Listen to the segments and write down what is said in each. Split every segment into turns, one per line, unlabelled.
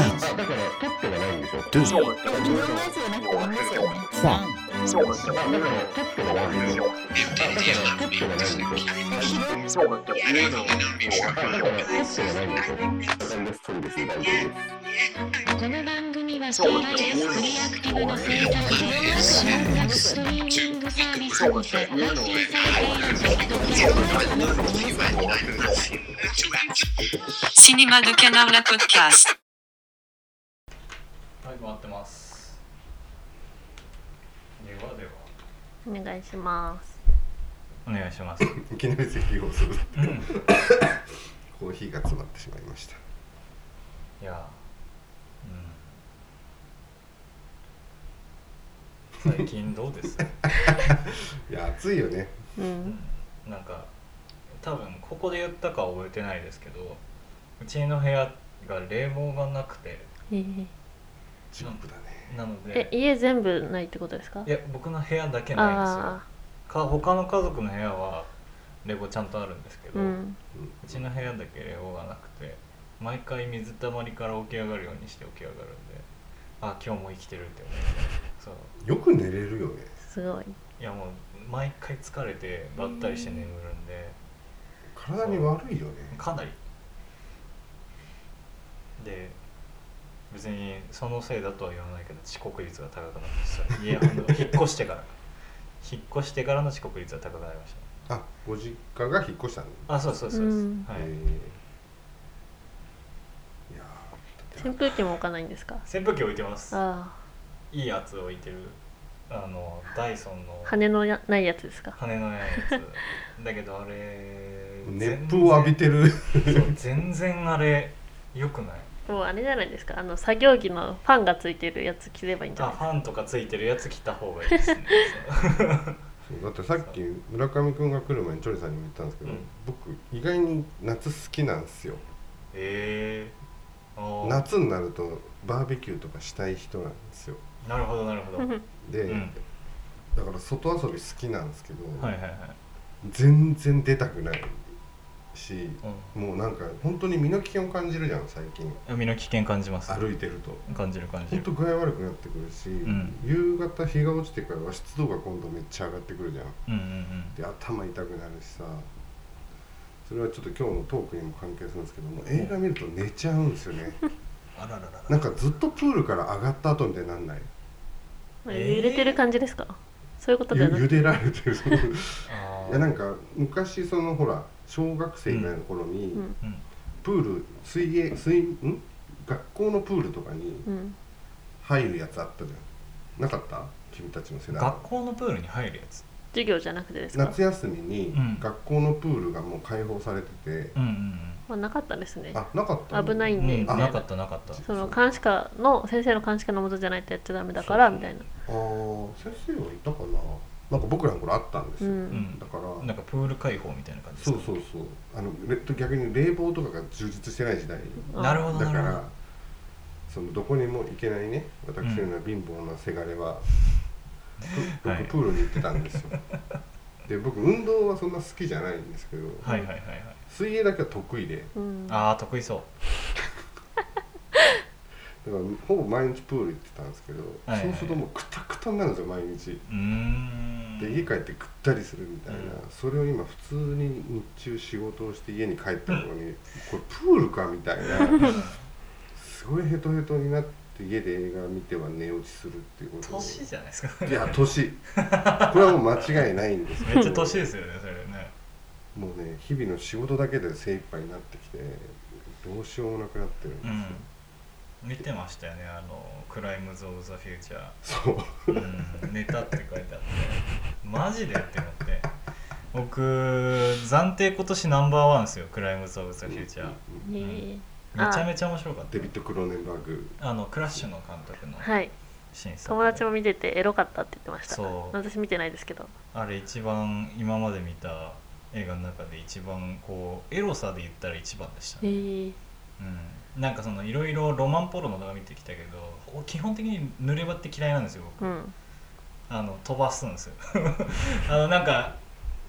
だから取ってはないんですよ。
Do
昨日のやつじゃなくて同じですよね。
Fun.
まあだから取ってはないんですよ。だから取ってはないんですよ。だから取ってはないんですよ。なんでストレス大丈夫です。
この番組は将来フリーアクティブの制作フレーズ音楽ストリーミングサービスにて配信されているポッドキャストです
シニマルキャナウラポッキャスト。
はい、回ってます。ではでは。
お願いします。
お願いし ます。
いきなり咳をするコーヒーが詰まってしまいました
いやー、うん。最近どうです
いや暑いよね
うん。
なんか、多分ここで言ったかは覚えてないですけど、うちの部屋が冷房がなくて、
えー
ジップだね
なの
え、
で、
家全部ないってことですか
いや、僕の部屋だけないんですよ
あ。
か他の家族の部屋は冷房ちゃんとあるんですけ
あ、
ど、
う。
うんちの部屋だけ冷房がなくて、毎回水たまりから起き上がるようにして起き上がるんで、あ、今日も生きてるって思 って、そう。
よく寝れるよね
すごい。
いやもう毎回疲れてばったりして眠るんで
体に悪いよね
かなりで別にそのせいだとは言わないけど遅刻率が高くなってさ 家あの引っ越してから引っ越してからの遅刻率が高くなりまし
あご実家が引っ越したの
たあそうそうそうです、
うん
はい
へえいやーだっ
扇
て
風機も置かないんですか
扇風機置いてます
あ
いいやつ置いてるあのダイソンの
あ、羽のやないやつですか
羽のないやつだけどあれ
熱風を浴びてる
全然そう全然あれ良くない
もうあれじゃないですかあの作業着のファンがついてるやつ着ればいいんじゃ
あ
ない
ファンとかついてるやつ着た方がいいで すね
そうだってさっき村上君が来る前にチョリさんにも言ったんですけど、
うん
僕意外に夏好きなんですよ
ええー、な
夏になるとバーベキューとかしたい人なんですよ
なるほどなるほどはい
で、
うん
だから外遊び好きなんですけど、
はいはい、
全然出たくないし
う
もうなんか本当に身の危険を感じるじゃん最近
ん、身の危険感じます
歩いてると
感じる感じ
本
る
当具合悪くなってくるし、
ん
夕方日が落ちてからは湿度が今度めっちゃ上がってくるじゃん
うんうんうん
で頭痛くなるしさそれはちょっと今日のトークにも関係するんですけども映画見ると寝ちゃうんですよ ね
あらららら
なんかずっとプールから上がった後みたいになんない
まあ
えー
揺れてる感じですかそういうことで
ゆ
はな
茹
くて
でられ てる
あ
いやなん
か
か昔そのほら小学生ぐらいの頃に、
うん
うん
プール水泳水ん学校のプールとかに
うん
入るやつあったじゃんなかった君たちの世代
学校のプールに入るやつ
授業じゃなくてですか
夏休みに
うん
学校のプールがもう開放されてて、
うん
まあなかったですね
あなかった
危ない
うんん
で
うん、
み
う
た
ん、
い
なか
な
ったなかった
その監視下の先生の監視下のもとじゃないとやっちゃダメだからみたいな
あー先生はいたかななんか僕らの頃あったんです
う
よ、
ん
ん
だから
なんかプール開放みたいな感じで
そ
すか
うそうそうあのレ逆に冷房とかが充実してない時代
あ
なるほど
だ
な
か
るほ
らそのどこにも行けないね私のような貧乏なせがれは、プ
はい
僕プールに行ってたんですよ で僕運動はそんな好きじゃないんですけど、
どはいはいはいはい
水泳だけは得意でだか
うん
ああ得意そう
らほぼ毎日プール行ってたんですけど、
はいはい
そうするともうクタクタになるんですよ毎日
うーん
で家帰ってぐったりするみたいな、
う
それを今普通に日中仕事をして家に帰ったの にこれプールかみたいなすごいヘトヘトになって家で映画見ては寝落ちするっていうことを
年じゃないですか
いや年これはもう間違いないんですけど
めっちゃ年ですよねそれね
もうね日々の仕事だけで精一杯になってきてどうしようもなくなってるんで
うん、見てましたよねあの「クライムズ・オブ・ザ・フューチャ
すよ、そう
ー」うん、ネタって書いてあってマジでって思って僕暫定今年ナンバーワンですよ「クライムズ・オブ・ザ・フューチャー」
えー
めちゃめちゃ面白かっ
デビッド・クローネンバーグ
たあのクラッシュの監督の
はい
シーン
友達も見ててエロかったって言ってました
そう
私見てないですけど
あれ一番今まで見た映画の中で一番こうエロさで言ったら一番でしたね
えー
うん、なんかそのいろいろロマンポロの動画見てきたけど基本的に濡れ場って嫌いなんですよ僕
うん
あの飛ばすんですよあのなんか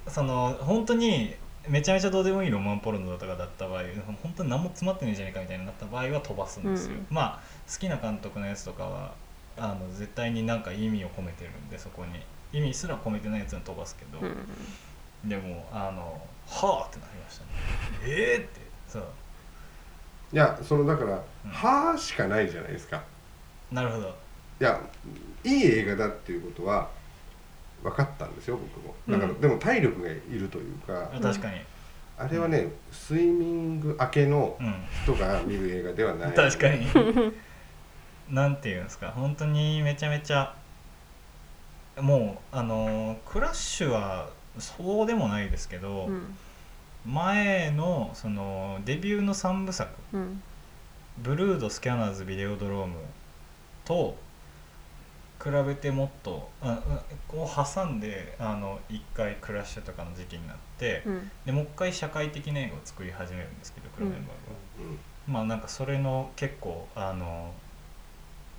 その本当にめちゃめちゃどうでもいいロマンポルノとかだった場合本当に何も詰まってないじゃないかみたいになった場合は飛ばすんですよ、
うん
まあ好きな監督のやつとかはあの絶対になんか意味を込めてるんでそこに意味すら込めてないやつは飛ばすけど、
うん
でもあの「はあ!」ってなりましたね「えー!」ってそう
いやそのだから
うん
「はあ」しかないじゃないですか
なるほど
いやいい映画だっていうことは分かったんですよ僕もだから、
うん
でも体力がいるというか、
あ確かに
あれはねスイミング明けの
うん
人が見る映画ではない
確か になんていうんですか本当にめちゃめちゃもうあのクラッシュはそうでもないですけど、
うん
前のそのデビューの3部作
うん
「ブルード・スキャナーズ・ビデオドローム」と比べてもっとああを挟んであの1回クラッシュとかの時期になって、
うん
でもう一回社会的な映画を作り始めるんですけどクロネンバーグは。
うん
まあなんかそれの結構あの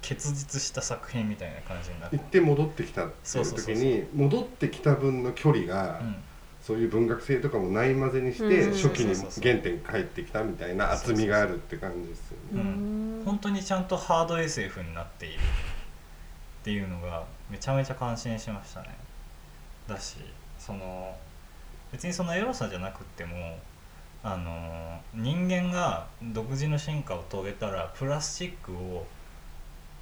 結実した作品みたいな感じになって
行って戻ってきたっていう
そうそうそ
時
う
に戻ってきた分の距離が、
うん
そういう文学性とかもない混ぜにし
う
て
ん
初期に
そうそうそう
原点帰ってきたみたいな厚みがあるって感じですよね
う
うん
ん
本当にちゃんとハード SF になっているっていうのがめちゃめちゃ感心しましたねだしその別にそのエロさじゃなくってもあの人間が独自の進化を遂げたらプラスチックを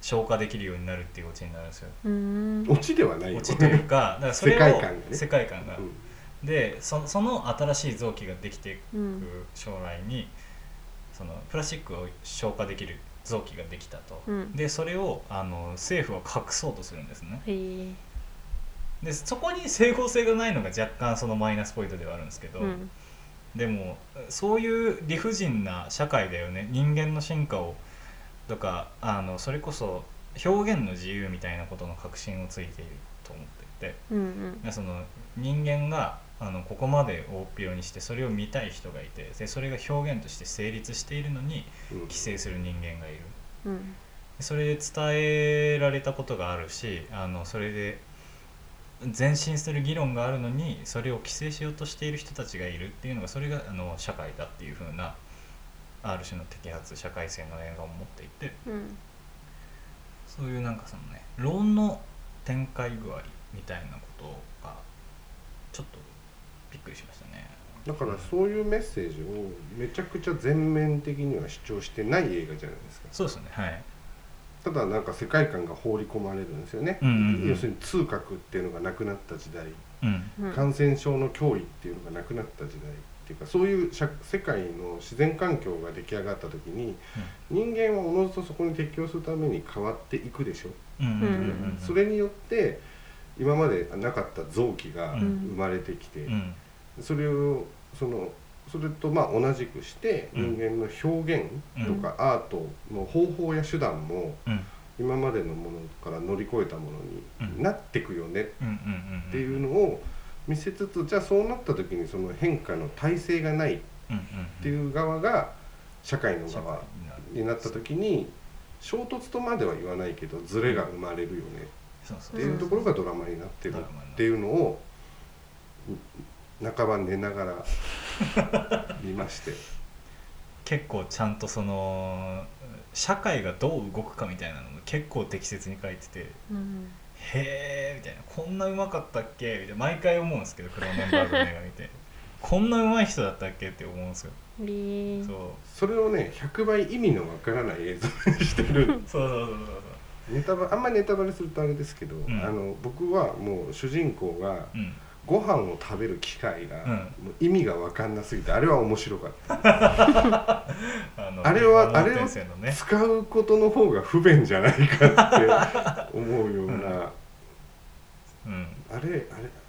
消化できるようになるっていうオチになるんですよ
うん
オチではないよ
オチというかだからそれを
世界観がね
世界観が
うん
でそその新しい臓器ができていく
うん
将来にそのプラスチックを消化できる臓器ができたと、
うん
でそれをあの政府は隠そうとするんですね
へえ
でそこに整合性がないのが若干そのマイナスポイントではあるんですけど、
うん
でもそういう理不尽な社会だよね人間の進化をとかあのそれこそ表現の自由みたいなことの確信をついていると思っていて。
うんうん
でその人間があのここまで大っぴろにしてそれを見たい人がいてでそれが表現として成立しているのに
うん
規制する人間がいる
う
で
ん
それで伝えられたことがあるしあのそれで前進する議論があるのにそれを規制しようとしている人たちがいるっていうのがそれがあの社会だっていう風なある種の摘発社会性の映画を持っていて
うん
そういうなんかそのね論の展開具合みたいなことがちょっとびっくりしましたね
だからそういうメッセージをめちゃくちゃ全面的には主張してない映画じゃないですか
そうですねはい
ただなんか世界観が放り込まれるんですよね、
うんうんうん
要するに痛覚っていうのがなくなった時代
うん
うん
感染症の脅威っていうのがなくなった時代っていうかそういう社世界の自然環境が出来上がった時に、人間はおのずとそこに適応するために変わっていくでしょ、
うんうんうんうん
それによって今までなかった臓器が
うん
生まれてきて、
うん
それをそのそれとまあ同じくして
うん
人間の表現とかアートの方法や手段も
うん
今までのものから乗り越えたもの
うん
になってくよね
うんうんうん
っていうのを見せつつじゃあそうなった時にその変化の体制がないっ
うんうん
ていう側が社会の
社会
側
になる
になった時に衝突とまでは言わないけどズレが生まれるよね
そうそう
っていうところがドラマになってる
ド
っ
ラマになる
ていうのを半ば寝ながら見まして
結構ちゃんとその社会がどう動くかみたいなのも結構適切に書いてて
うん
へえみたいなこんなうまかったっけみたいな毎回思うんですけどクローネンバーグの映画見て こんなうまい人だったっけって思うんですよ
へえ
そう
それをね100倍意味のわからない映像にしてる
そうそうそうそう
ネタバあんまりネタバレするとあれですけど、
ん
あの僕はもう主人公が
そううん
ご飯を食べる機会が、
うん
もう意味が分かんなすぎてあれは面白かった
あの
あれは
山
あれ
本
を
先生のね
使うことの方が不便じゃないかっ て思うような、あ
うん
れあれ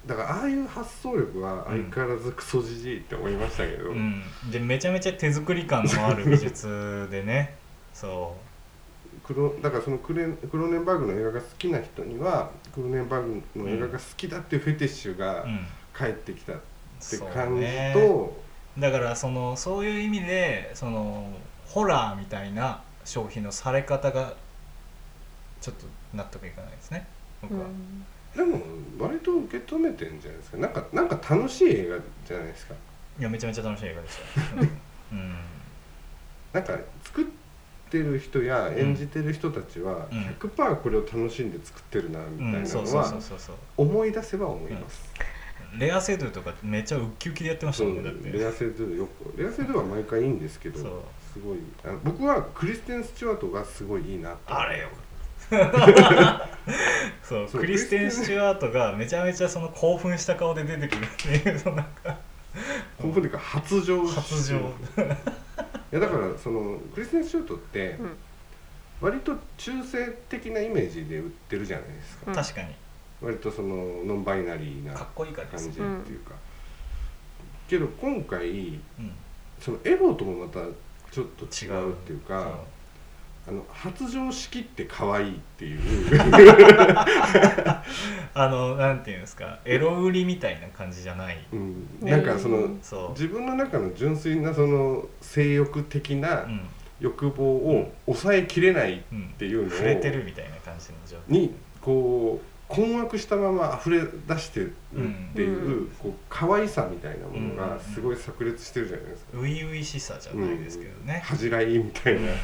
だからああいう発想力は相変わらずクソじじいって思いましたけど、
うん、でめちゃめちゃ手作り感のある美術でねそ
クロだからそのクレンクローネンバーグの映画が好きな人にはクローネンバーグの映画が好きだっていうフェティッシュ
う、う
が
ん、
帰ってきたって
そう
感じ
ね
と、
だからそのそういう意味でそのホラーみたいな消費のされ方がちょっと納得いかないですね僕は、
でも割と受け止めてんじゃないですかなんかなんか楽しい映画じゃないですか
いやめちゃめちゃ楽しい映画で した、うんうん
なんか作ってる人や演じてる人たちは
うん
100%これを楽しんで作ってるなみた
う
い
ん、
な
そう
の
そうそ
は
うそうそう
思い出せば思います、
レアセドゥとかめっちゃウッキウキでやってました
そ
も
うん
ねだって
レアセドゥよくレアセドゥは毎回いいんですけど
そう
すごいあの僕はクリステン・スチュワートがすごいいいなと
あれよそう
そう
クリステン・スチュワートがめちゃめちゃその興奮した顔で出てくるっていうそのなんか
興奮というか発情
発情
いやだからそのクリステン・スチュワートって
うん
割と中性的なイメージで売ってるじゃないですか
うん
確かに
割とそのノンバイナリーな
かっ
感
こいいからで
じ
す
っていうか、けど今回
うん
そのエロともまたちょっと違
違
う
う
っていう
そう
かあの発情式って可愛いっていう
あのなんていうんですかエロ売りみたいな感じじゃない
うん、なんかその
そう
自分の中の純粋なその性欲的な
うん
欲望を抑えきれないっ
うん
ていうのを
触れてるみたいな感じの状態
にこう困惑したまま溢れ出してるっていう、
う
こう可愛さみたいなもの
う
が
ん
すごい炸裂してるじゃないですか、
初々しさじゃないですけどね
恥じらいみたいな、
うん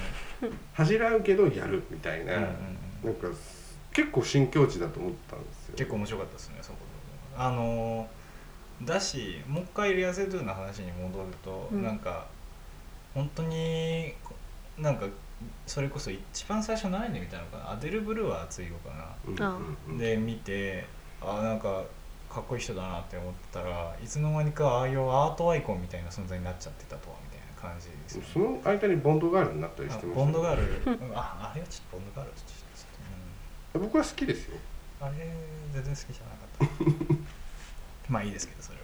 恥じらうけどやるみたいな、
うんうんう
なんんか結構新境地だと思ったんですよ
結構面白かったですねそこあのーだしもう一回リアセドゥの話に戻ると、
うん
なんか本当になんかそれこそ一番最初何で見たのかなアデル・ブルーは熱いよかな
うん
あ
うんうん
で見てあなんかかっこいい人だなって思ったらいつの間にかああいうアートアイコンみたいな存在になっちゃってたとはみたいな感じですよね
その間にボンドガールになったりし
あ
てました
ボンド
ー
ガールうんああれはちょっとボンドガールちょっとちょっ
ル僕は好きですよ
と、うん、あれ全然好きじゃなか ったまあいいですけどそれ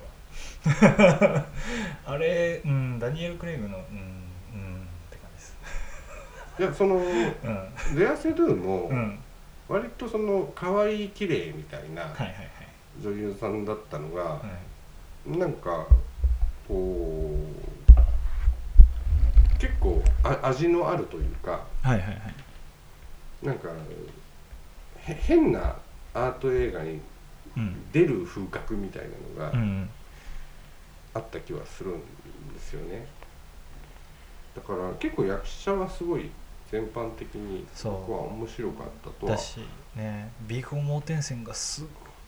は あれ、うん、ダニエル・クレイグのうんうんって感じです
いやその
う
レアセドゥも
ん、うん、
割とその可愛い綺麗みたいな
はいはいはい
女優さんだったのが、
はい
なんかこう結構あ味のあるというか
はいはいはい
なんかへ変なアート映画に
うん
出る風格みたいなの
う
が
ん
あった気はするんですよね、だから結構役者はすごい全般的に
そう
僕は面白かったとは
だしねビーゴ・モーテンセンがすっ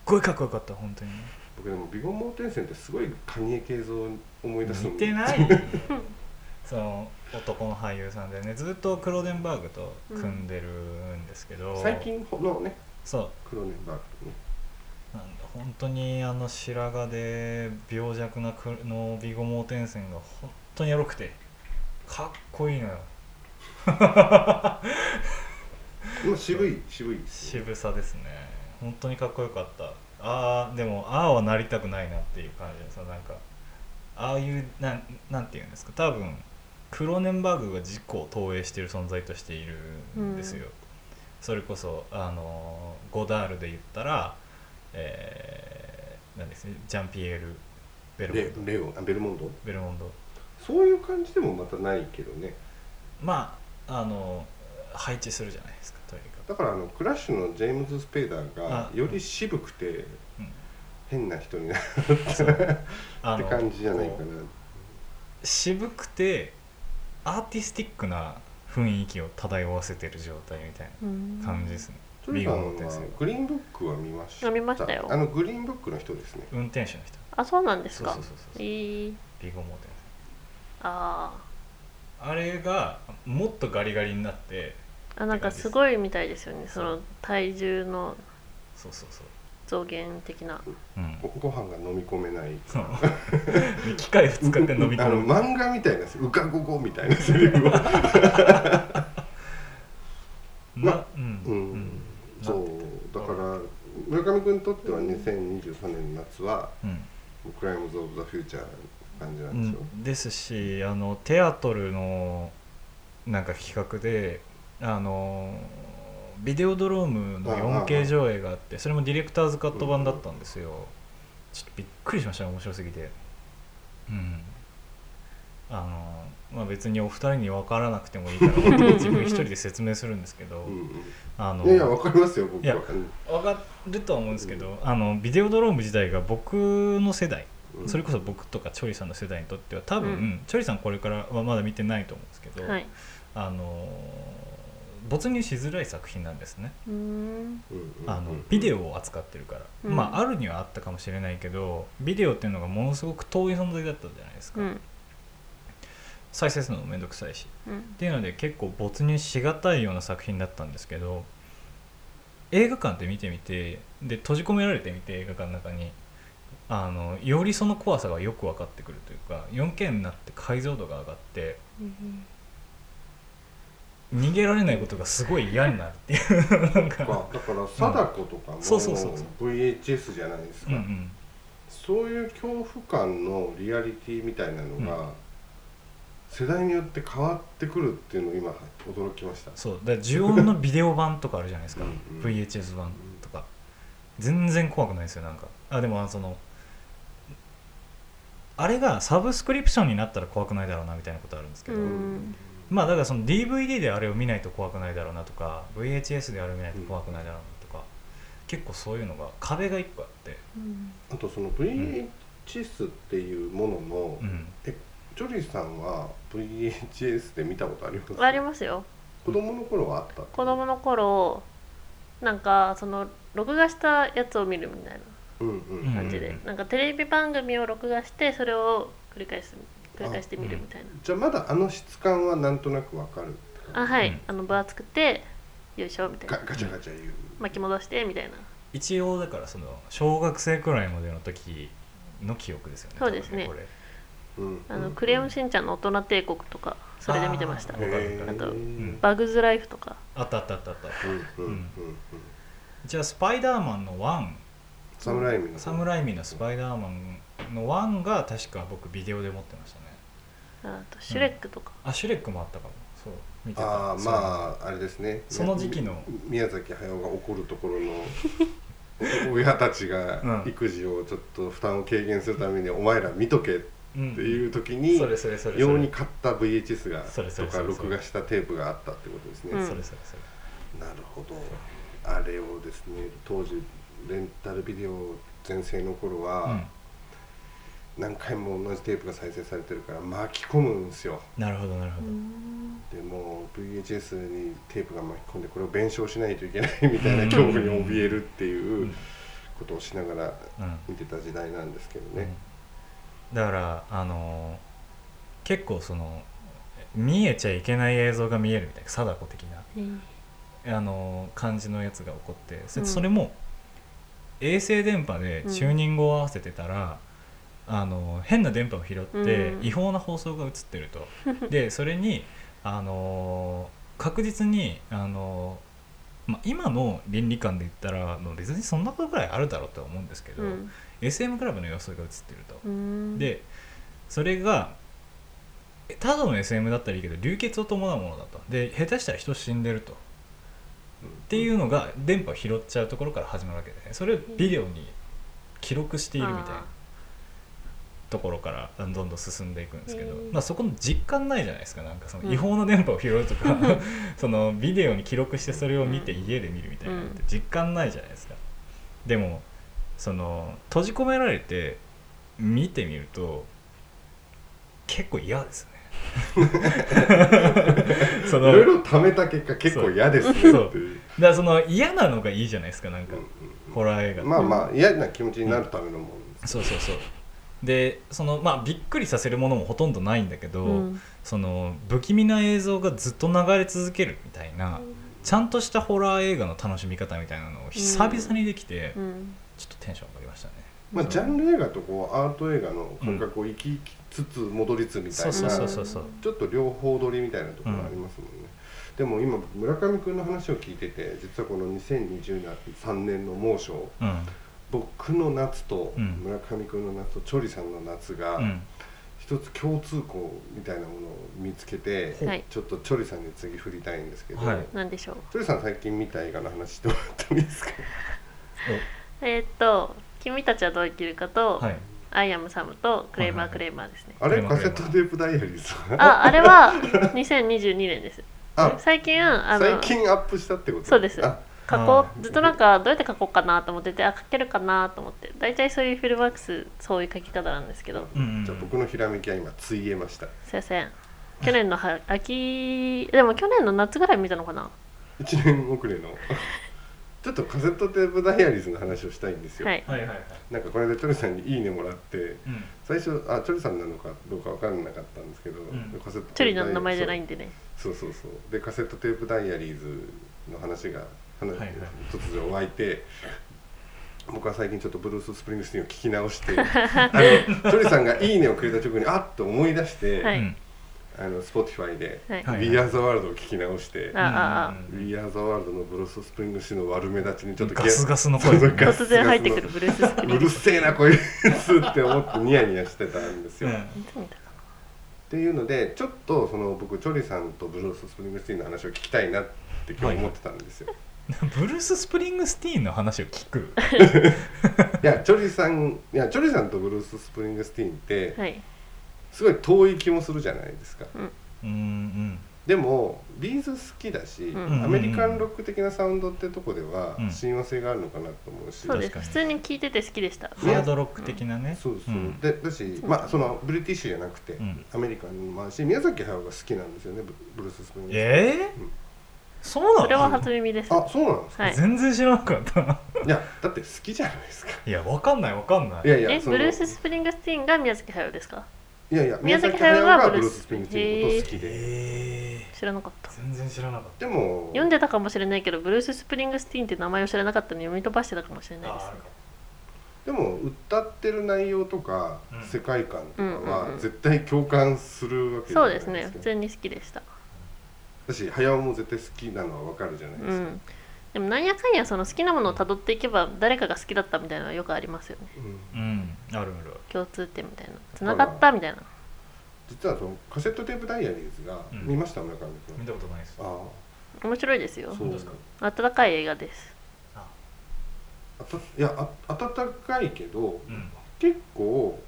ごいかっこよかった本当に
僕でも「ビゴン・モーテンセン」ってすごい蟹江慶三を思い出す
似てない その男の俳優さんでねずっとクローデンバーグと組んでるんですけど、
最近のね
そう
クロネンバーグね
なんだ本当にあの白髪で病弱なくのビゴモーテンセンが本当にエロくてかっこいいのよ
まあ渋い渋いですね
渋さですね本当にかっこよかったああでもああはなりたくないなっていう感じですなんかああいうなんなんていうんですか多分クローネンバーグが自己を投影している存在としているんですよ、
う
それこそあのゴダールで言ったら、えー、なんですねジャンピエール・ベルモンド
レレオあベルモンド
ベルモンド
そういう感じでもまたないけどね
まああの配置するじゃないですかとにかく
だからあのクラッシュのジェームズ・スペイダーが
あ
より渋くて
うん
変な人になる
あ
って
の
感じじゃない
こ
か
う
な
渋くてアーティスティックな雰囲気を漂わせてる状態みたい
うん
な感じですね、
トリさん
ビーガン
は
の
グリーンブックは見ました
あ見ましたよ
あのグリーンブックの人ですね
運転手の人
あそうなんですか
そうそうそうそう
いい
ビゴモーテン
あ
あれがもっとガリガリになって
ーあなんかすごいみたいですよねその体重の
そうそうそう
増減的な
うん
ごご飯が飲み込めない
そう 機械を使って飲み
あ
込
の
む
漫画みたいなうかごごみたいなセリフを、
なうん
う
うんん
そうだから村上君にとっては2023年の夏は
うん
クライムズ・オブ・ザ・フューチャーな感じな
うん
ですよ、
ん、ですしあのテアトルのなんか企画であのビデオドロームの
あああ
4K 上映があってそれもディレクターズカット版だったんですよちょっとびっくりしましたね面白すぎてうんあのまあ別にお二人に分からなくてもいいから 本当に自分一人で説明するんですけど、
うん
あの
うん、いやいやわかりますよ僕
いや
はうん
分かるとは思うんですけど、あのビデオドローム自体が僕の世代
ううん
それこそ僕とかチョリさんの世代にとっては多分、
うん
チョリさんこれからはまだ見てないと思うんですけど、
はい
あのー没入しづらい作品なんですね、
うーん
うんうんうん
あのビデオを扱ってるから、
うん
まああるにはあったかもしれないけどビデオっていうのがものすごく遠い存在だったじゃないですか、
うん
再生するのも面倒くさいし
うん
っていうので結構没入しがたいような作品だったんですけど映画館で見てみてで閉じ込められてみて映画館の中にあのよりその怖さがよく分かってくるというか 4K になって解像度が上がって
うん
逃げられないことがすごい嫌になるっていう なん
とかだ
か、
から貞子とかも
そうそうそうそ
VHS じゃないです
うん
か、
うん、
そういう恐怖感のリアリティみたいなのが、
う
世代によって変わってくるっていうのを今驚きました
そうだから呪音のビデオ版とかあるじゃないですか
うんうん
VHS 版とか全然怖くないですよなんかあでもあのそのあれがサブスクリプションになったら怖くないだろうなみたいなことあるんですけど、
うん
まあだからその DVD であれを見ないと怖くないだろうなとか VHS であれを見ないと怖くないだろうなとか、結構そういうのが壁が一個あって、
うん
あとその VHS っていうものの、
うん、
ジョリーさんは VHS で見たことあります
ありますよ
子供の頃はあった
子供の頃なんかその録画したやつを見るみたい
うんうん
うん
な感じで、
うん
なんかテレビ番組を録画してそれを繰り返す繰り返して見るみたいな
じゃあまだあの質感はなんとなくわかるって感じ
あはい、
うん
あの分厚くて優勝みたい
ガ
な
ガチャガチャ言う、
巻き戻してみたいな
一応だからその小学生くらいまでの時の記憶ですよね
そうです
多
ね
分これ
うん
あの、クレヨン
ン
しんちゃんの大人帝国とかそれで見てました
あー
あと
うん
バグズライフとか
あったあったあったあった
うんうんうんうん
じゃあスパイダーマンのワン
サムライミの
サムライミのスパイダーマンのワンが確か僕ビデオで持ってましたね
あとシュレックとか、
あシュレックもあったかもそう見てた
ああまああれですね
その時期の
み宮崎駿が怒るところの 親たちが
うん
育児をちょっと負担を軽減するために「お前ら見とけ」っ
そううん
ていう時に
それそれそれそれ
用に買った VHS が
それそ
と
れそ
か
れ
録画したテープがあったってことですね、
うん
それそれそれ
なるほどあれをですね当時レンタルビデオ全盛の頃
うん
は何回も同じテープが再生されてるから巻き込むんですよ
なるほどなるほど、
でもう VHS にテープが巻き込んでこれを弁償しないといけないみたいな恐怖に怯えるっていううんことをしながら
うん
見てた時代なんですけどね、
だからあのー結構その見えちゃいけない映像が見えるみたいな貞子的
うん
な、あのー感じのやつが起こってそ,、
うん
それも衛星電波でチューニングを合わせてたら、あのー変な電波を拾って
うん
違法な放送が映ってると、 でそれに、あのー確実に、あのーまあ、今の倫理観で言ったらまあ別にそんなことぐらいあるだろうとは思うんですけど、
うん
SM クラブの様子が映ってると。
うん
でそれがえただの SM だったらいいけど流血を伴うものだとで下手したら人死んでるとっていうのが電波を拾っちゃうところから始まるわけでそれをビデオに記録しているみたい
あ
なところからどんどん進んでいくんですけど
へー、
まあ、そこの実感ないじゃないですかなんかその違法な電波を拾うと か、そのビデオに記録してそれを見て家で見るみたいなのって実感ないじゃないですか。でもその閉じ込められて見てみると結構嫌ですね。 そ
い
の
ろいろ貯めた結果結構嫌ですねっていう
そうだからその嫌なのがいいじゃないですかなんかホラー映画って
まあまあ嫌な気持ちになるためのもんです、
そうそうそうでそのまあびっくりさせるものもほとんどないんだけど、
うん
その不気味な映像がずっと流れ続けるみたいな、ちゃんとしたホラー映画の楽しみ方みたいなのを久々にできて、
うん
ちょっとテンション上がりましたね、
まあ、ジャンル映画とこうアート映画の感覚を生きつつ戻りつつみたい
そう
な
そうそうそうそう
ちょっと両方取りみたいなところありますもんね、でも今村上君の話を聞いてて実はこの2023年の猛暑
うん
僕の夏と
うん
村上君の夏とチョリさんの夏が
うん
一つ共通項みたいなものを見つけて、
はい
ちょっとチョリさんに次振りたいんですけど、
はい
なんでしょう
チョリさん最近見た映画の話してもらってもいいですか
えーっと「君たちはどう生きるか」と
はい
「アイアムサム」と「クレー
は
マ
いはいはい
ークレーマー」ですね
あれカセットテープダイアリーさん
ああれは2022年です
あ
最近あの
最近アップしたってこと
そうです
あ
書こうずっとなんかどうやって書こうかなと思っててあ書けるかなと思って大体そういうフィルマックスそういう書き方なんですけど
うんうん
じゃあ僕のひらめきは今ついえました
すいません去年のは秋でも去年の夏ぐらい見たのかな
一年遅れのちょっとカセットテープダイアリーズの話をしたいんですよ、
はい
はいはいはい
なんかこれでチョルさんに「いいね」もらって
うん
最初あチョルさんなのかどうか分かんなかったんですけど、
ん
カセット
チ
テ
ョ
ー
リ
プダイア
の名前じゃない
そ
んで
う
ね
そうそうそうでカセットテープダイアリーズの話が話、
はいはい
突如湧い て僕は最近ちょっとブルース・スプリングスティーンを聞き直して あのチョリさんが「いいね」をくれた直後にあっと思い出して、
はい
うん
あの Spotify で
はい
「
は
We
い
Are the World」を聞き直して
あああ
うん
We Are the World のブルース・スプリングスの悪目立ちにちょっと
ガスガスの
そう
声
そう
ね
ガス
突然入ってくるブルース・スプリ
う
ング
る
ス
せえなこいつって思ってニヤニヤしてたんですよ。
うん
っていうのでちょっとその僕チョリさんとブルース・スプリングスティーンの話を聞きたいなって今日思ってたんですよ。
ブルース・スプリングスティーンの話を聞く
いやチョリさんいやチョリさんとブルース・スプリングスティーンって
はい
すごい遠い気もするじゃないですか。
うん
でもビーズ好きだし、
うん
アメリカンロック的なサウンドってとこでは
うん
親和性があるのかなと思うし。
そうで
確
す
かに
普通に聞いてて好きでした
うんハードロック的なね
そうそう、
ん
でだし、まあ、そのブリティッシュじゃなくて、
うん
アメリカンもあるし宮崎駿が好きなんですよねブブルース・スプリングスティーン。
えーそうなの
それは初耳です
あそうなんですか、
はい
全然知らなかった
い、やだって好きじゃないですか
いやわかんないわかんない
いやいや
え
そ
ブ
の
ルース・スプリングスティーンが宮崎駿ですか
いやいや宮
宮
崎
崎
駿
駿
が
は
ブ
ブ
ルー
ルー
ス・
ス
スプリングスティーンのことを好きで
え
知らなかった
ー全然知らなかった
でも
読んでたかもしれないけどブルース・スプリングスティーンって名前を知らなかったので読み飛ばしてたかもしれない
あ
です
ーあ
ね
るかも
でも歌ってる内容とか、
うん
世界観とか
うんうん
は
うん
絶対共感するわけじゃ
そう
ない
で
ですすか、
ね普通に好きでした
だし駿も絶対好きなのはわかるじゃないうですか、
んでもなんやかんやその好きなものをたどっていけば誰かが好きだったみたいなのはよくありますよね
うん
うんあるある
共通点みたいなつながったみたいな
実はそのカセットテープダイアリーズが、
うん
見ました村上
見
君
たことないです
あ
面白いです
あ
よ
そう
ですか
温かい映画です
あたいやあ温かいけど
うん
結構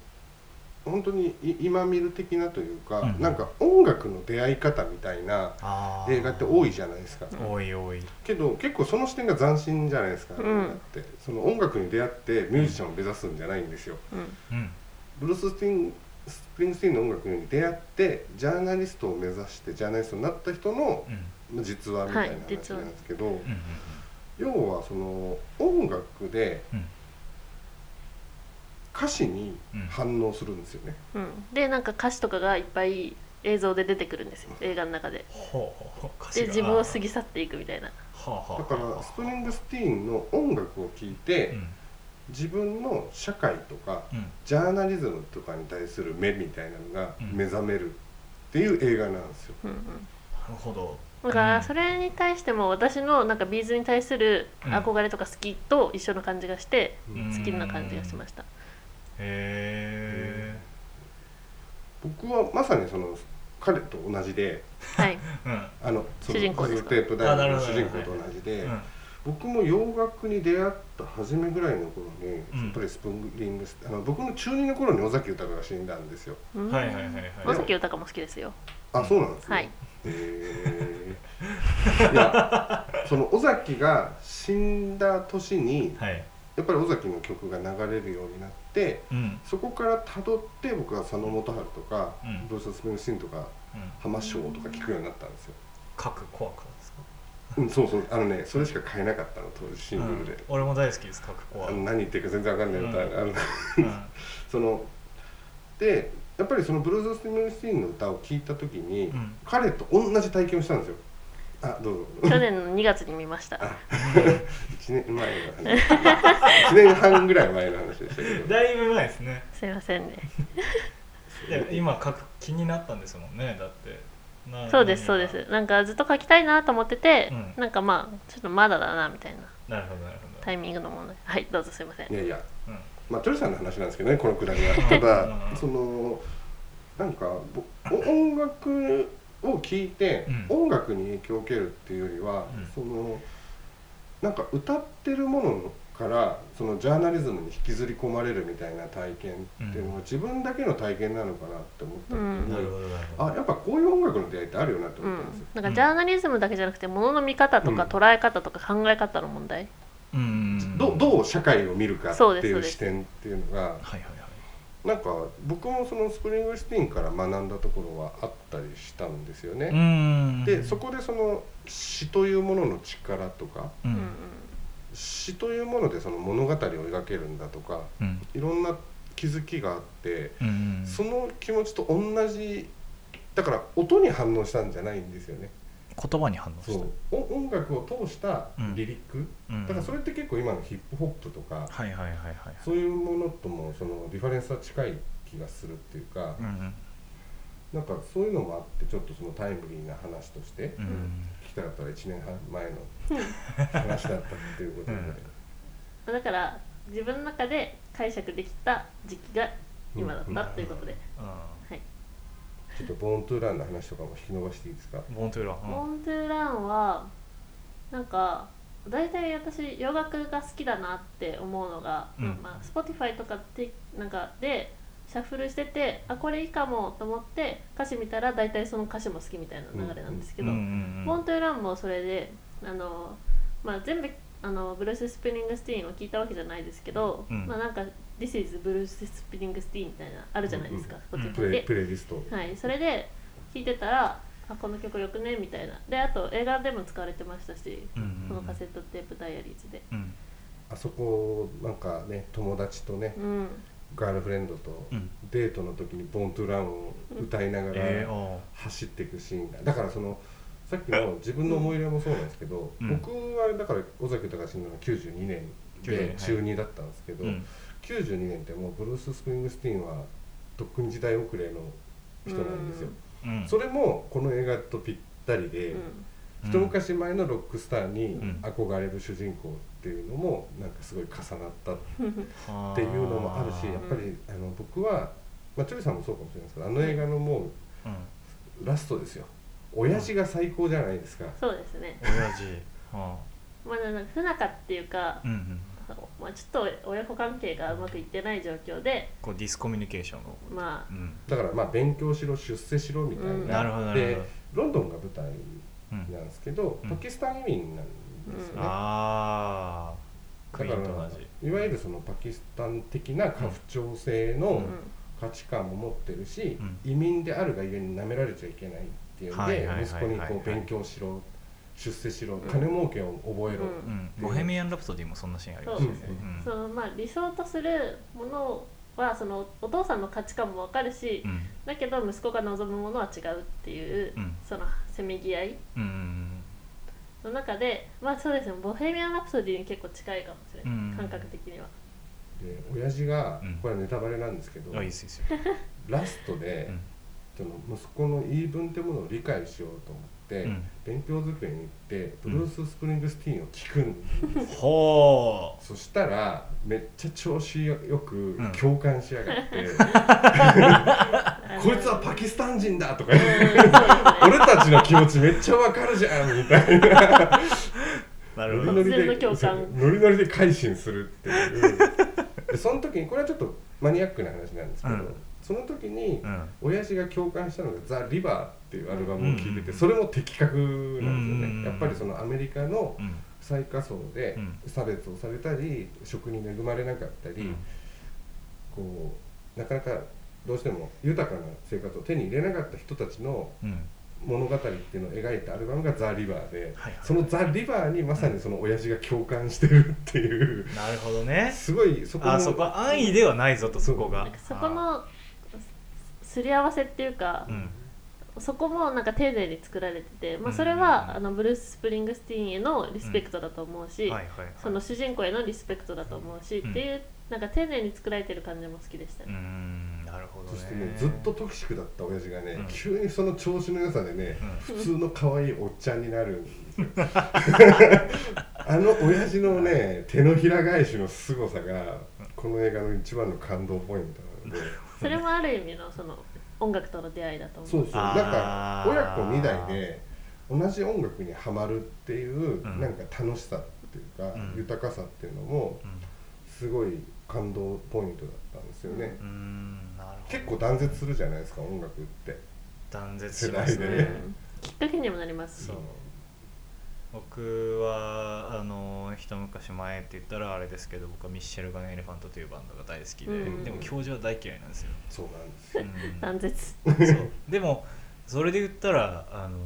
本当にい今見る的なというか、
うん
なんか音楽の出会い方みたいな
あー
映画って多いじゃないですか
多い多い
けど結構その視点が斬新じゃないですか、
うん
映画ってその音楽に出会ってミュージシャンを目指すんじゃないんですよ
うん
うん
ブルース・スプリングスプリングスティーンの音楽に出会ってジャーナリストを目指してジャーナリストになった人の
うん
実話みたいな
はい
話
実話
なんですけど、
うんうん
要はその音楽で
うん
歌詞に反応するんですよね、
うんでなんか歌詞とかがいっぱい映像で出てくるんですよ映画の中で
ほうほう歌詞
で
が
自分を過ぎ去っていくみたいな
はあはあ
だからスプリングスティーンの音楽を聴いて、
うん
自分の社会とか
うん
ジャーナリズムとかに対する目みたいなのが目覚めるっていう映画なんですよ。
うんうん
なるほど
だからそれに対しても私のなんかビーズに対する憧れとか好きと一緒の感じがして
うん
好きな感じがしました
へ
僕はまさにその彼と同じで、
はい
えうん
あのその
主人公ですか
テープダイヤルの
あな
主
る
人
ほど
公と同じで、
うん
僕も洋楽に出会った初めぐらいの頃に、
うん
やっぱりスプリングスあの僕の中二の頃に尾崎豊が死んだんですよ。
うん
はいはいはい
尾
はい
崎豊も好きですよ
あ、そうなんですね。
はい
へーいや、その尾崎が死んだ年に。
はい
やっぱり尾崎の曲が流れるようになって
うん
そこから辿って僕は佐野元春とか、
うん
ブルース・スプリングスティーンとか
うん
浜松とか聞くようになったんですよ、
各怖くですか
うん、そうそうあのねそれしか買えなかったの当時シングルで、
俺も大好きです各怖
あ
う
の
ん
何言ってるか全然わかんない歌、
うん
あのそのでやっぱりそのブルース・スプリングスティーンの歌を聴いた時に、
うん
彼と同じ体験をしたんですよあどうぞ
去年の2月に見ました
1年前の話1年半ぐらい前の話でしたけ ど
だいぶ前ですね
すいません ね
で今書く気になったんですもんねだってな
そうですそう
何
で
が
すなんかずっと書きたいなと思ってて、
うん
なんかまあちょっとまだだなみたいな
なるほどなるほ
タイミングの問題 はいどうぞすいません
いやいや
ど、うん、
まあ、鳥さんの話なんですけどねこのくだりはた
う
だ
ん
そのなんかぼお音楽を聴いて、
うん
音楽に影響を受けるっていうよりは、
うん
そのなんか歌ってるものからそのジャーナリズムに引きずり込まれるみたいな体験っていうのは自分だけの体験なのかなって思った時
なる
に、
ほどなるほ
あやっぱこういう音楽の出会いってあるよなって
う
思っ
ん
たんですよ、、
なんかジャーナリズムだけじゃなくてものの見方とか
うん
捉え方とか考え方の問題、
どうん
どどう社会を見るかって
そうです
い
そううです
視点っていうのが
はいはいはい
なんか僕もそのスプリングシティンから学んだところはあったりしたんですよね、
ん
でそこでその詩というものの力とか
う
うんんうん
詩というものでその物語を描けるんだとか
うん
いろんな気づきがあって
うん
その気持ちと同じだから音に反応したんじゃないんですよね
言葉に反応した
そうお音楽を通したリリック、
うん
だからそれって結構今のヒップホップとか、
はいはいはいはいはい
そういうものともそのリファレンスは近い気がするっていうか、
うん
なんかそういうのもあってちょっとそのタイムリーな話として
うんうん
聞きたかったら1年半前の話だったっていうことで、
だから自分の中で解釈できた時期が今だっ
うん
たということで、
ちょっとボーントゥーランの話とかも引き伸ばしていいですか
うんボーントゥーラー
モントゥーランはなんか大体私洋楽が好きだなって思うのが、
うん
まあ、Spotify とかってなんかでシャッフルしててあこれいいかもと思って歌詞見たら大体その歌詞も好きみたいな流れなんですけ
う
ど、
んうん
モントゥーランもそれであの、まあ、全部あのブルース・スプリングスティーンを聞いたわけじゃないですけど、
うん
まあなんか「This is ブルース・スプリングスティーン」みたいなあるじゃないですか、
うんうん
こっち
プ
で
レイプレイリスト
はい、それで聴いてたらあこの曲よくねみたいなであと映画でも使われてましたし、
うんうんうん
このカセットテープダイアリーズで、
うん
あそこなんかね友達とね
うん、
ガールフレンドと
うん
デートの時にボーントゥーランを歌いなが
え
ら
ーおー
走っていくシーンがだからそのさっきの自分の思い入れもそうなんですけど、
うん
僕はだから尾崎豊死んだのは92年
92
で
はい
中2だったんですけど、
うん
92年ってもうブルース・スプリングスティーンはとっくに時代遅れの人なんですよ、
うん
それもこの映画とぴったりで、
うん
一昔前のロックスターに
ん
憧れる主人公っていうのもなんかすごい重なったっ
うん、
って
いうのもあるしやっぱりあの僕は、まあ、チョリさんもそうかもしれないですけどあの映画のも
うん
うラストですよ親父が最高じゃないですか、
そうですね
親父は
まあなんか不仲っていうか
あ、うん
まあ、ちょっと親子関係がうまくいってない状況で
こうディスコミュニケーションを
まあ
うん
だからまあ勉強しろ出世しろみたいな,、
うん
なるほどなる
で
ほど
ロンドンが舞台
うん
なんですけど、
うん
パキスタン移民なんですよね、
うん
ああク
だ
イ
か
ー
ら
ンと同じ
いわゆるそのパキスタン的な家父長制の
うん
価値観も持ってるし、
うん
移民であるがゆえに舐められちゃいけないっていうの
はい
で
はいはいはい
息子にこう勉強しろ出世しろ金儲けを覚えろ、
うん
うんボヘミアン・ラプソディもそんなシーンありましたよねうん
そのまあ理想とするものはそのお父さんの価値観もわかるし、
うん
だけど息子が望むものは違うっていう、
うん
そのせめぎ合い
うん
の中でまあそうですねボヘミアン・ラプソディに結構近いかもしれない、
うん
感覚的には
で親父が、
うん
これはネタバレなんですけど、
うんあいいですいいですよ
ラストで、
うん
その息子の言い分ってものを理解しよ うと思って、
うん
勉強机に行ってブルース・スプリングスティーンを聞く んですよ、
ほ
そしたらめっちゃ調子よく
うん
共感しやがっ て、こいつはパキスタン人だとか言って
うんそうですね
俺たちの気持ちめっちゃわかるじゃんみたいな
うな
ノ
る
リノ
ほど
リ
全部
で
共感
ノリノリで改心するって いうでその時にこれはちょっとマニアックな話なんですけど、
うん
その時に
うん
親父が共感したのが「ザ・リバー」っていうアルバムを聴いてて、
うん
それも的確なんですよね、
うん
やっぱりそのアメリカの
うん
最下層で
うん
差別をされたり食に恵まれなかったり、
うん
こうなかなかどうしても豊かな生活を手に入れなかった人たちの
うん
物語っていうのを描いたアルバムが「ザ・リバーで」
はいはい
その「ザ・リバー」にまさにその親父が共感してるっていう、
なるほどね
すごいそこ
あそこは安易ではないぞとそこが
なんかそこのすり合わせっていうか、
うん
そこもなんか丁寧に作られてて、まあ、それ
うんうん
は
うん
あのブルース・スプリングスティーンへのリスペクトだと思うし、
はいはいはい
その主人公へのリスペクトだと思うし、
うん
っていうなんか丁寧に作られてる感じも好きでした
うー
ね、
んなるほど
そ
ね
してねずっとトキシックだった親父がね、
うん
急にその調子の良さでね、
う
普通の可愛いおっちゃんになるん ですよあの親父のね手のひら返しの凄さがこの映画の一番の感動ポイントなので
それもある意味のその音楽との出会いだと思う
そうそうなん
あ
か
ー
親子2代で同じ音楽にはまるっていう、
うん
なんか楽しさっていうか、
うん
豊かさっていうのもすごい感動ポイントだったんですよね、
うん、うんなるほど
結構断絶するじゃないですか音楽って
断絶します
世代
ね
で
きっかけにもなりますし
そう僕はあの一昔前って言ったらあれですけど僕はミッシェルガン・エレファントというバンドが大好きで、
うん
でも教授は大嫌いなんですよ、
そうなんですよ
断
う
絶
んそう でもそれで言ったらあの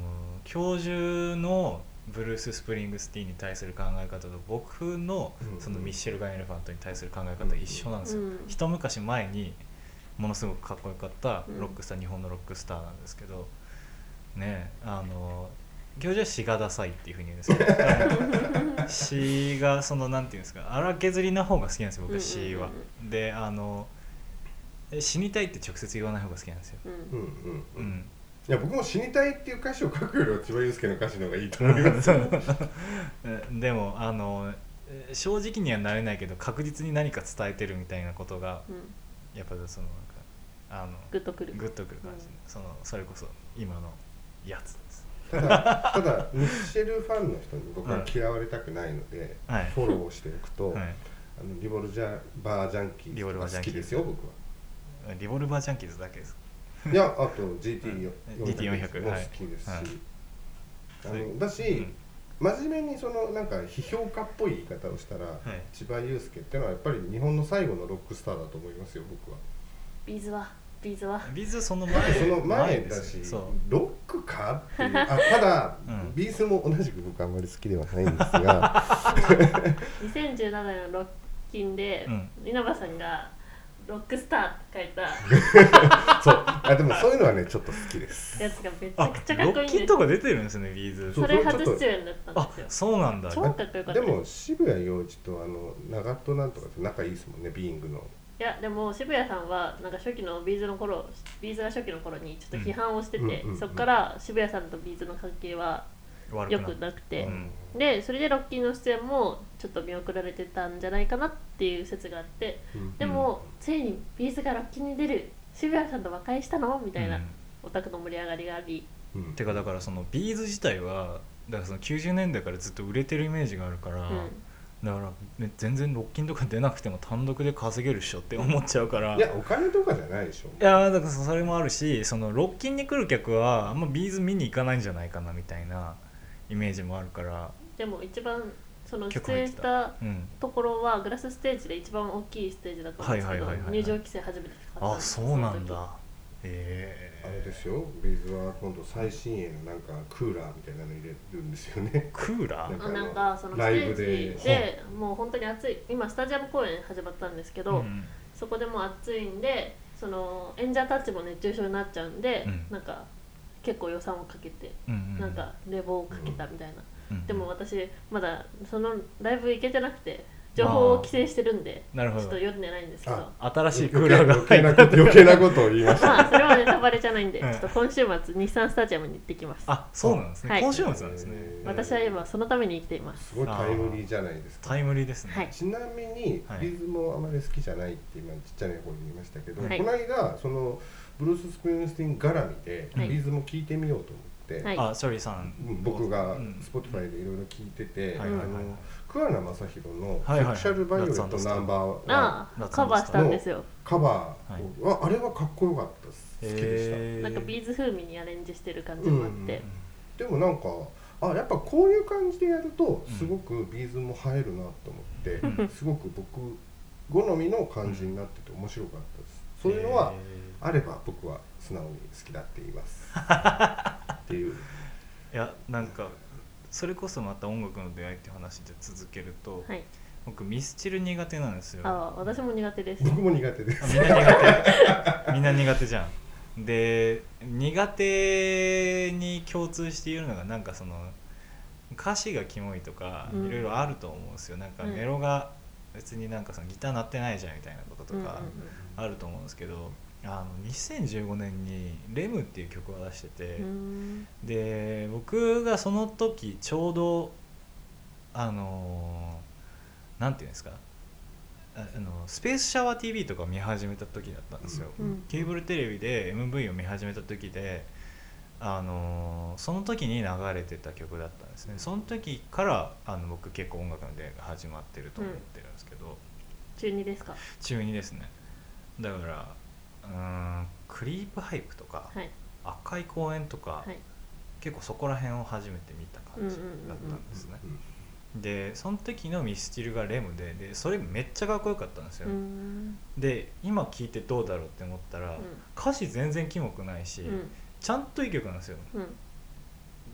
教授のブルース・スプリングスティーンに対する考え方と僕の
うん
そのミッシェルガン・エレファントに対する考え方は一緒なんですよ、
うん
一昔前にものすごくかっこよかった
うん
ロックスター、日本のロックスターなんですけどねえあの教授は詩がダサいっていうふうに言うんですけど 詩がそのなんていうんですか荒削りな方が好きなんですよ僕は詩は
うんうん。
であのえ死にたいって直接言わない方が好きなんですよ。
う
うんうん
ん
う、
うん
い
ん、
や僕も「死にたい」っていう歌詞を書くよりは千葉雄介の歌詞の方がいいと思いますよ
でもあのえ正直にはなれないけど確実に何か伝えてるみたいなことが
うん
やっぱそのなんかあの
グッとくる
グッとくる感じ、
うん
そのそれこそ今のやつです
ただただミッシェルファンの人に僕は嫌われたくないので、
はい
フォローをしておくと、
は
あ
い
のリボルジャーバージャンキーズが好きですよ僕は
リボルバージャンキーズだけです
いやあと
うん GT400
GT400 も好きですし、
はい
あ
はい
のだし、
うん
真面目にそのなんか批評家っぽい言い方をしたら、千葉雄介ってのはやっぱり日本の最後のロックスターだと思いますよ僕は
ビーズはビーズは
ビーズその
だっ
前
てその前だ
です
し
よそう
ロックかって いうあただ、
うん
ビースも同じく僕あんまり好きではないんですが
2017年のロッキンで
うん
稲葉さんが「ロックスター」って書いた
そうあでもそういうのはねちょっと好きです
やつがめち
あ
ゃくちゃか
ロ
っこい
ッ
いん
キン
です
とか出てるんですねビーズ
そう
それ初出演だった
あ
んですよ
そうなんだ
超かっこよかっ
で
たです
も渋谷陽一とあの長戸なんとかって仲いいですもんねビーイングの
いやでも渋谷さんはなんか初期のビーズの頃ビーズが初期の頃にちょっと批判をしてて、
うんうんうん
そこから渋谷さんとビーズの関係は
悪
良
くな
く
った
なくて
うん
でそれでロッキーの出演もちょっと見送られてたんじゃないかなっていう説があって
うん
でも、ついにビーズがロッキーに出る渋谷さんと和解したのみたいな、
うん
オタクの盛り上がりがあり
うん
てかだからそのビーズ自体はだからその90年代からずっと売れてるイメージがあるから、
う
だからね全然ロッキンとか出なくても単独で稼げるっしょって思っちゃうから
いやお金とかじゃないでしょ
いやーだからそれもあるしそのロッキンに来る客はあんまビーズ見に行かないんじゃないかなみたいなイメージもあるから、
ん、でも一番その出
結構入
演
っ
して
た
た
うん、
ところはグラスステージで一番大きいステージだったんですけど
はいはいはいはいはい
入場規制初めてかかっ
あ
たです
そうなん
その時
だええ
あれですよビーズは今度最新鋭のなんかクーラーみたいなの入れるんですよね
クーラー
あなんかそのステージ
ライ
で
ブ
もう本当に暑い今スタジアム公演始まったんですけど、
うん
そこでもう暑いんでその演者たちも熱中症になっちゃうんで、
うん
なんか結構予算をかけて、
うんうん
なんか冷房をかけたみたいな、
うん
でも私まだそのライブ行けてなくて情報を規制してるんで
なる
ちょ
ほ
っと
ど
読んでないんですけど
あ
新しいクーラーが
余計なこと余計なことを言いました
まあそれはネタバレじゃないんで、
うん
ちょっと今週末日産スタジアムに行ってきます
あそうなんですね、
はい
今週末なんですね
えー
私は今そのために生きています
すごいタイムリーじゃないですか
タイムリーですね、
はい
ちなみに
はい
ビーズもあまり好きじゃないって今ちっちゃな方に言いましたけど、
はい
この間そのブルース・スプリングスティーン絡みで、
はい
ビーズも聞いてみようと思って、
はい
あソリーさん
うん僕が
うん
スポティファイでいろいろ聞いてて、
はいはいは
あ
い
の桑名正宏の「
はいはいはい
セクシャル・バイオレット・ナンバーワン
あ
夏の
あカバーしたんですよ」
カバーを、ああれはかっこよかったです好きでした、
へー
なんかビーズ風味にアレンジしてる感じもあって、
でもなんかあやっぱこういう感じでやるとすごくビーズも映えるなと思って、
うん
すごく僕好みの感じになってて面白かったです、そういうのはあれば僕は素直に好きだって言います っていう
へーいやなんかそれこそまた音楽の出会いって話で続けると、
はい
僕ミスチル苦手なんですよ
ああ私も苦手です
僕も苦手で
あ
す
みんな苦手みんな苦手じゃんで苦手に共通して言えるのがなんかその歌詞がキモいとか
うん
いろいろあると思うんですよ、なんか
うん
メロが別になんかそのギター鳴ってないじゃんみたいなこと
うん
と
うんうん
かあると思うんですけど、あの2015年に「レムっていう曲を出してて、
うーん
で僕がその時ちょうどあのーなんていうんですかああのスペースシャワー TV とかを見始めた時だったんですよ、
うん
ケーブルテレビで MV を見始めた時であのーその時に流れてた曲だったんですねその時からあの僕結構音楽の出会いが始まってると思ってるんですけど、
中二ですか
中2ですねだからうーんクリープハイプとか、
はい
赤い公園とか、
はい
結構そこら辺を初めて見た感じだったんですね、でその時のミスチルがレムででそれめっちゃかっこよかったんです
う
よ、
ーん
で今聴いてどうだろうって思ったら、歌詞全然キモくないし、
うんうん
ちゃんといい曲なんですよ
うん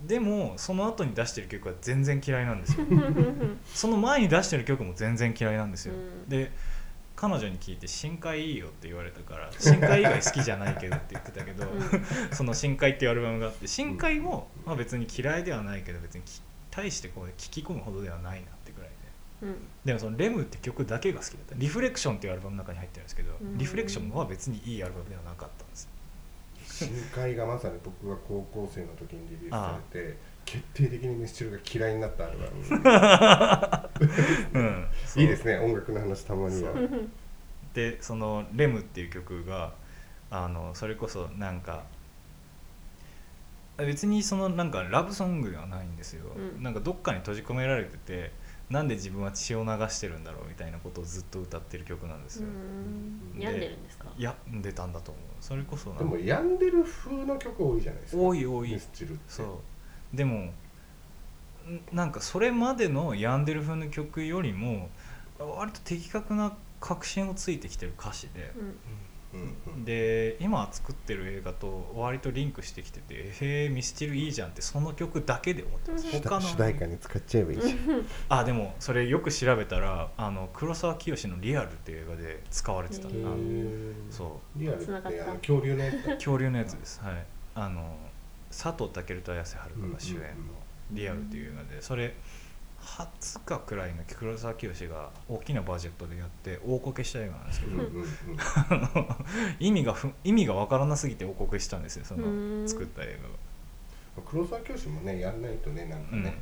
でもその後に出してる曲は全然嫌いなんですよ その前に出してる曲も全然嫌いなんですよ、
うん
で彼女に聞いて「深海いいよ」って言われたから「深海以外好きじゃないけど」って言ってたけど、その「深海」っていうアルバムがあって深海も、まあ、別に嫌いではないけど別にき大してこう聞き込むほどではないなってぐらいで
うんうん
でもその「レム」って曲だけが好きだった「リフレクション」っていうアルバムの中に入ってるんですけど、
うん
リフレクションは別にいいアルバムではなかった んです
深海がまさに僕が高校生の時にリリースされて決定的にミスチルが嫌いになったアルバ
うん、
ムいいですね音楽の話たまには
そうでその「レム」っていう曲があのそれこそなんか別にそのなんかラブソングではないんですよ、
うん
なんかどっかに閉じ込められててなんで自分は血を流してるんだろうみたいなことをずっと歌ってる曲なんです
う
よ、
ん
で
病んでるんですか
いや出たんだと思うそれこそなん
で
か
も病んでる風の曲多いじゃないですか
多い多い
ミスチルって
そうでもんなんかそれまでのヤンデル風の曲よりも割と的確な確信をついてきてる歌詞で、
うん
うんうん
で今作ってる映画と割とリンクしてきてて「へえミスチルいいじゃん」ってその曲だけで思ってます
主題主題歌に使っちゃえばいいじゃん
あでもそれよく調べたらあの黒沢清の「リアル」っていう映画で使われてたあ
へ
の
へー
そ
リアルっ
繋がってた
あの恐竜のやつだ
う恐竜のやつですはいあの佐藤健と綾瀬はるかが主演の
うんうんうん
「リアル」っていう映画でそれ20日くらいの黒沢清が大きなバジェットでやって大こけした映画なんですけ
う
ど
んうんうん
あの 意味がふ意味がわからなすぎてお告したんですよそう
ー
の
ん
作った映
黒沢教師もねやんないとねなんか
画が、
ね、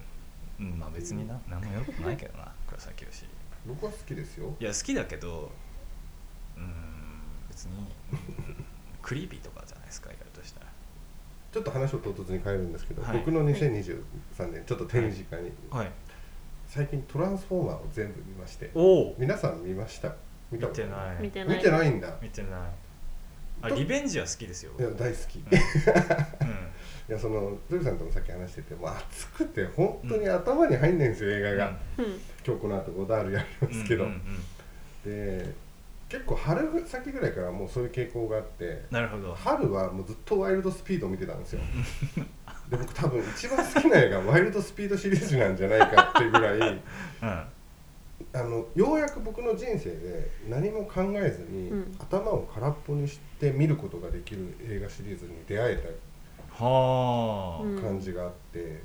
うんうんまあ別にな何もよくないけどな黒崎清
僕は好きですよ
いや好きだけどうーん別に、うんクリーピーとかじゃないですかやるとしたら
ちょっと話を唐突に変えるんですけど、
はい
僕の2023年ちょっと手短に、
はい
最近「トランスフォーマー」を全部見まして
おお
皆さん見ました見
見
た
てない
見
見
て
見
ない
てないんだ
てないあ
と
リベンジは好きですよ
いや大好き、
ん
い
うん
やそのトゥさんともさっき話しててもう暑くて本当に頭に入んないんですよ、映画が、
うん
今日この後ゴダールやりますけど、
うんうんうん
で結構春先ぐらいからもうそういう傾向があって
なるほど
春はもうずっとワイルドスピードを見てたん ですよで僕多分一番好きな映画ワイルドスピードシリーズなんじゃないかっていうぐら い
うん
あのようやく僕の人生で何も考えずに、
うん
頭を空っぽにして見ることができる映画シリーズに出会え
はあ、
うん
た感じがあって、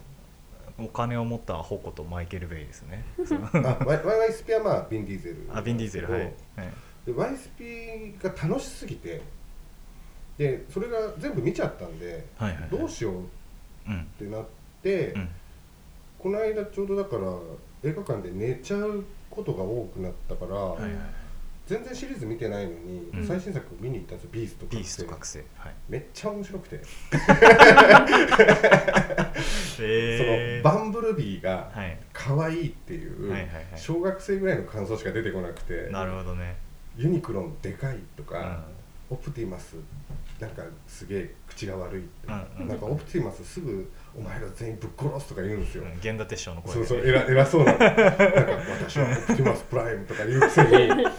お金を持ったホコとマイケル・ベイですね
あワイワイワイスピはまあビン・ディーゼル
あビン・ディーゼルはい、はい、
で YSP が楽しすぎてでそれが全部見ちゃったんで
はいはいはい
どうしようっ
うん
てなって、
うん
この間ちょうどだから映画館で寝ちゃうことが多くなったから、
はいはいはい
全然シリーズ見てないのに、
うん
最新作見に行ったんですよ「ビースト
ビ
覚
ース
醒
ト」覚醒はい
めっちゃ面白くて、
え
そのバンブルビーが
はい
可愛いっていう、
はいはいはい
小学生ぐらいの感想しか出てこなくて
なるほどね
ユニクロンでかいと
うん
か、オプティマスなんかすげえ口が悪いって、
うんうん
なんかオプティマスすぐ「お前ら全員ぶっ殺す」とか言うんですよ、
うん源田鉄章の声
そう
で
そう偉偉 そうななんか私はオプティマスプライムとか言うくせになんか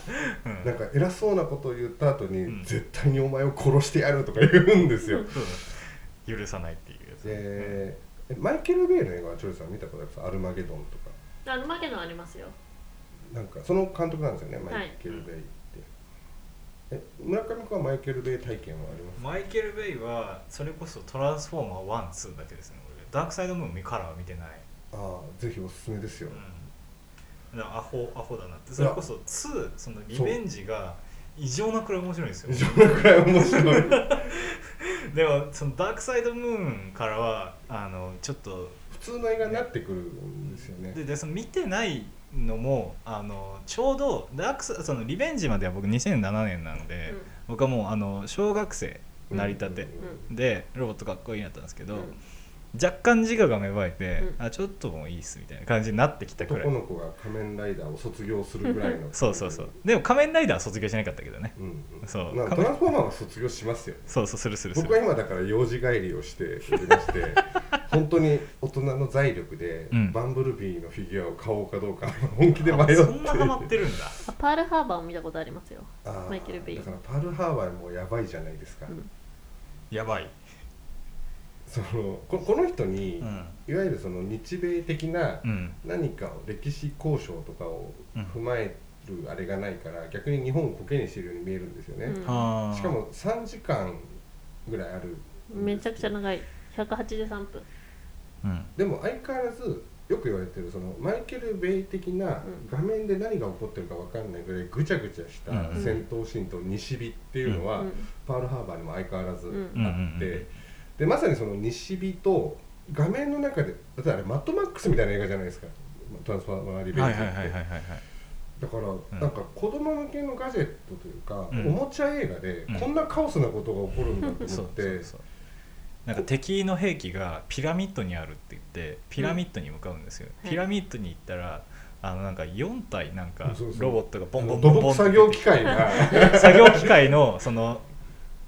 うん
偉そうなことを言った後に、
うん
絶対にお前を殺してやるとか言うんですよ
そう許さないっていうやつ
でえマイケル・ベイの映画はチョイさん見たことありますアルマゲドンとか
あの負けのありますよ
なんかその監督なんですよね
い
マイケル・ベイって、え村上君はマイケル・ベイ体験はあります
マイケル・ベイはそれこそ「トランスフォーマー1」2だけですね俺ダークサイド・ムーンカラーは見てない、
ああぜひおすすめですよ、
うん、だからアホアホだなってそれこそ2そのリベンジが異常なくらい面白いんですよ
異常なくらい面白い
でもそのダークサイドムーンからはあのちょっと
普通の映画になってくるんですよね
ででその見てないのもあのちょうどダークサそのリベンジまでは僕2007年なので、
うん
僕はもうあの小学生成り立てでロボットかっこいいなったんですけど、
うん
若干自我が芽生えて、
う
あちょっともういいっすみたいな感じになってきたくら
男
い
の子が仮面ライダーを卒業するぐらいの
そうそうそうでも仮面ライダーは卒業しなかったけどね
うんうん
そう
まあトランスフォーマーは卒業しますよ
そうそうするするす
僕は
る
今だから幼児帰りをしておりま して本当に大人の財力で、
うん
バンブルビーのフィギュアを買おうかどうか本気で迷って
そんなハマってるんだ
あパールハーバーを見たことありますよ
あー
マイケルベイ
だからパールハーバーもやばいじゃないですか、
うん
やばい、
そのここの人に、
うん
いわゆるその日米的な
うん、
何かを歴史交渉とかを
うん
踏まえるあれがないから逆に日本をコケにしてるように見えるんですよね、
うん
あー
しかも3時間ぐらいある
めちゃくちゃ長い183分
うん
でも相変わらずよく言われてるそのマイケル・ベイ的な
うん
画面で何が起こってるか分かんないぐらいぐちゃぐちゃした
うん
戦闘シーンと西日っていうの
う
は
ん
パールハーバーにも相変わらず
う
あ
ん
って、でまさにその西日と画面の中でだってあれマットマックスみたいな映画じゃないですか「トランスファーマー・リベンジ」って、
はいはいはいはいはいはい
だから、なんか子供向けのガジェットというか、
うん
おもちゃ映画で
うん
こんなカオスなことが起こるんだと
そ
思
う
って、
そうそうなんか敵の兵器がピラミッドにあるって言ってピラミッドに向かうんですよ、
うん
ピラミッドに行ったらあのなんか4体なんか
そうそう
ロボットがボンボンボ
土
ンボ
木
ンって
作業機械が
作業機械のその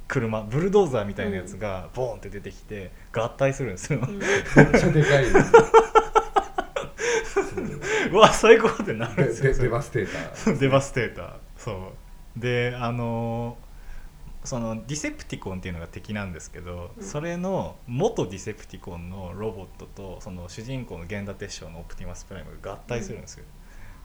車ブルドーザーみたいなやつがボーンって出てきて合体するんですよ、
うん
めっちゃで かいそう
うわ最高ってなるんです
でで
よそ
デ
れ
バステーター
デバステーターそうであのそのディセプティコンっていうのが敵なんですけど、
うん
それの元ディセプティコンのロボットとその主人公の源田鉄章のオプティマスプライムが合体するんですよ、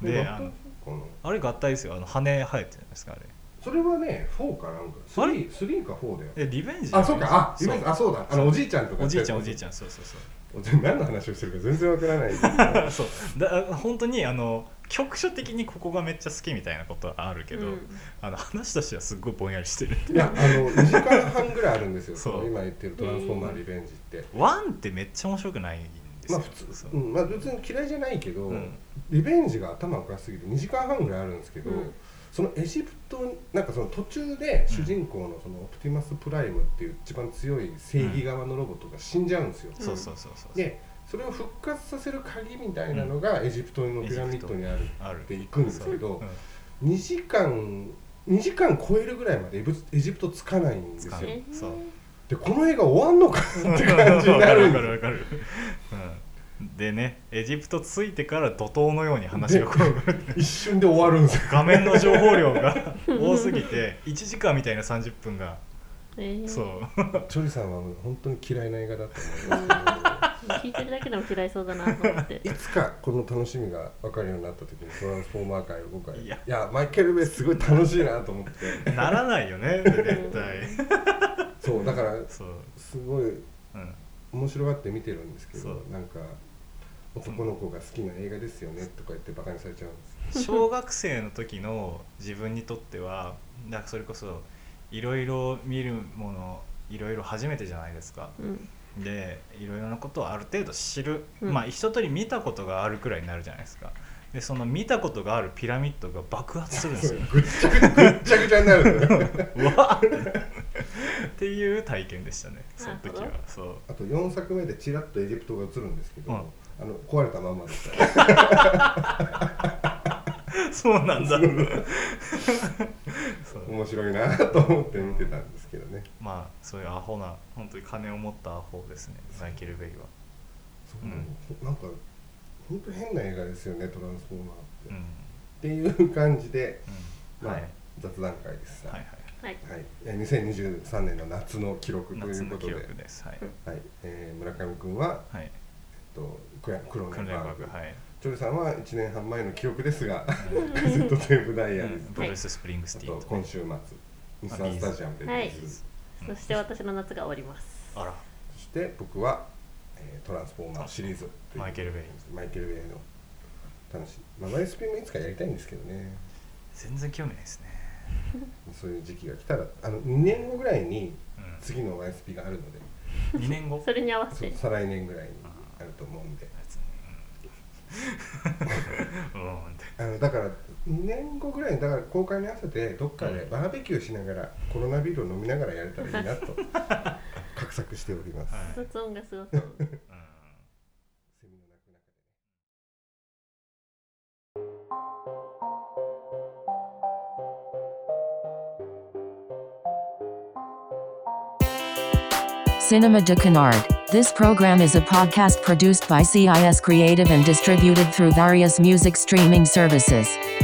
で
で
あの
この
あれ合体ですよあの羽生えてるじゃないですかあ
それはね4かなんか
あれ
3 3か4だよ
れでリベンジ
あそうかあ
そう
今あそうだあのおじいちゃんとか
おじいちゃんおじいち
ゃ
ゃんそうそうそう
おじい何の話をしてるか全然わからないあ
そうだ本当にあの局所的にここがめっちゃ好きみたいなことはあるけど、
うん
あの話としてはすっごいぼんやりしてる
いやあの2時間半ぐらいあるんですよ
そう
その今言ってる「トランスフォーマーリベンジ」って
ワンってめっちゃ面白くないんです
ま
よ、
あ普通
そううん
まあ別に嫌いじゃないけど、
うん
リベンジが頭おかしすぎて2時間半ぐらいあるんですけど、
うん
そのエジプトなんかその途中で主人公のそのオプティマスプライムっていう一番強い正義側のロボットが死んじゃうんですよ、
ん
そうそうそうそう
でそれを復活させる鍵みたいなのがエジプトのピラミッドにある
ある
って行くんですけど
そううん
2時間2時間超えるぐらいまでエブエジプトつかないんですよ
つかない
えー
そう
でこの映画終わんのかって感 じになるんです
わかる
よ
わかる、うん、でねエジプト着いてから怒涛のように話がこう
一瞬で終わるんですよ
画面の情報量が多すぎて1時間みたいな30分が
えー
そう
チョリさんはもう本当に嫌いな映画だと
う
思い
ん
ま
聞いてるだけでも嫌いそうだなと思って
すいつかこの楽しみが分かるようになった時に「トランスフォーマー界」を僕はい
い
や
や
マイケル・ベイすごい楽しいなと思って
ならないよね絶対
そうだから
そう、
すごい
うん、
面白がって見てるんですけど
そう
なんか男の子が好きな映画ですよねとか言ってバカにされちゃうん です
小学生の時の自分にとってはなんかそれこそいろいろ見るものいろいろ初めてじゃないですか
うん
でいろいろなことをある程度知る、
うん
まあ一通り見たことがあるくらいになるじゃないですかでその見たことがあるピラミッドが爆発するん ですよ
ぐっちゃぐちゃぐっちゃぐちゃになる
わーっていう体験でしたねその時
な
は
るほ
そう
あと4作目でちらっとエジプトが映るんですけど、
うん
あの壊れたまんまでした
そうなん だそう
面白いなと思って見てたんですけどね
まあそういうアホな本当に金を持ったアホですねマイケル・ベイは、
そう
うん
なんか本当変な映画ですよね「トランスフォーマー」って、
うん
っていう感じで、
うん、
まあ
はいはい
雑談会です、
はい
はい
はいえー2023年の夏の記録とい
夏
うこと
の記
で、
憶ですはい
はいえー村上君は、
はい
えっと、クラ黒
訓
の
練
バー
学
グ、
はい、
チョルさんは1年半前の記憶ですがカセットテープダイヤ
う
リー
ん、ブルース・スプリングス
ズ、
ティーン
あと
とか
今週末日産スタジアムでリリース、
そして私の夏が終わります
あら
そして僕は、えートランスフォーマー」シリーズという
マイケルベイ
マイケル・ベイの楽しい、まあ、YSP もいつかやりたいんですけどね
全然興味ないですね、
そういう時期が来たらあの2年後ぐらいに
う
次の YSP があるので
ん、2年 後
それに合わせ
そう
て
再来年ぐらいにあると思うんで
うんうんって
あのだからん2年後ぐらいにだから公開に合わせてどっかで
うん
バーベキューしながらコロナビールを飲みながらやれたらいいなと 画策しております。
はい
雑音がすごそう。
うん
セミの鳴く中で
Cinema de Canard. This program is a podcast produced by CIS Creative and distributed through various music streaming services.